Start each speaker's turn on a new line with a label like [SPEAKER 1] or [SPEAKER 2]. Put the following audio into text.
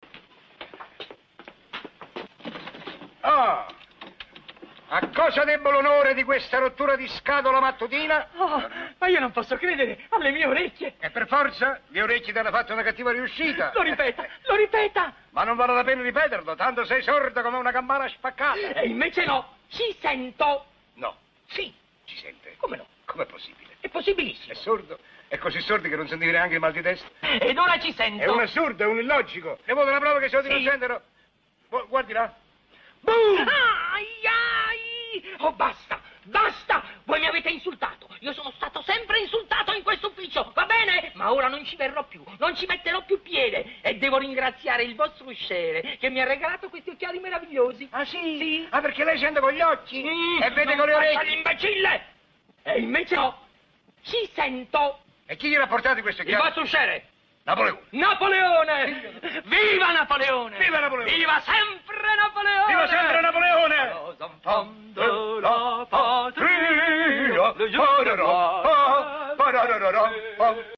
[SPEAKER 1] No! Ah! A cosa debbo l'onore di questa rottura di scatola mattutina?
[SPEAKER 2] Oh, ma io non posso credere alle mie orecchie.
[SPEAKER 1] E per forza, le orecchie ti hanno fatto una cattiva riuscita.
[SPEAKER 2] Lo ripeta, lo ripeta.
[SPEAKER 1] Ma non vale la pena ripeterlo, tanto sei sordo come una campana spaccata.
[SPEAKER 2] E invece no, ci sento.
[SPEAKER 1] No,
[SPEAKER 2] Sì,
[SPEAKER 1] ci sente.
[SPEAKER 2] come no?
[SPEAKER 1] Com'è possibile?
[SPEAKER 2] È
[SPEAKER 1] È
[SPEAKER 2] possibilissimo.
[SPEAKER 1] sordo? È così sordo che non sentivi neanche il mal di testa?
[SPEAKER 2] Ed ora ci
[SPEAKER 1] È
[SPEAKER 2] sento.
[SPEAKER 1] un assurdo, è un illogico. Ne vuole una prova che sono di
[SPEAKER 2] Sì.
[SPEAKER 1] innocente? no? Gu- Guardi là.
[SPEAKER 2] Boom! Ai, ai! Oh, basta, basta! Voi mi avete insultato. Io sono stato sempre insultato in questo ufficio, va bene? Ma ora non ci verrò più, non ci metterò più piede. E devo ringraziare il vostro usciere che mi ha regalato questi occhiali meravigliosi.
[SPEAKER 1] Ah sì? Ah perché lei sente con gli occhi
[SPEAKER 2] Mm,
[SPEAKER 1] e vede
[SPEAKER 2] non
[SPEAKER 1] con le
[SPEAKER 2] faccia
[SPEAKER 1] orecchie.
[SPEAKER 2] l'imbecille! E invece no! Ci sento!
[SPEAKER 1] E chi gliel'ha portato questo
[SPEAKER 2] Il
[SPEAKER 1] chiaro?
[SPEAKER 2] vostro usciere!
[SPEAKER 1] Napoleone.
[SPEAKER 2] Napoleone! Viva Napoleone!
[SPEAKER 1] Viva Napoleone!
[SPEAKER 2] Viva sempre Napoleone!
[SPEAKER 1] Viva sempre Napoleone!
[SPEAKER 2] Cosa in fondo la patria
[SPEAKER 1] Tria, pararò, ah, pararò, ah.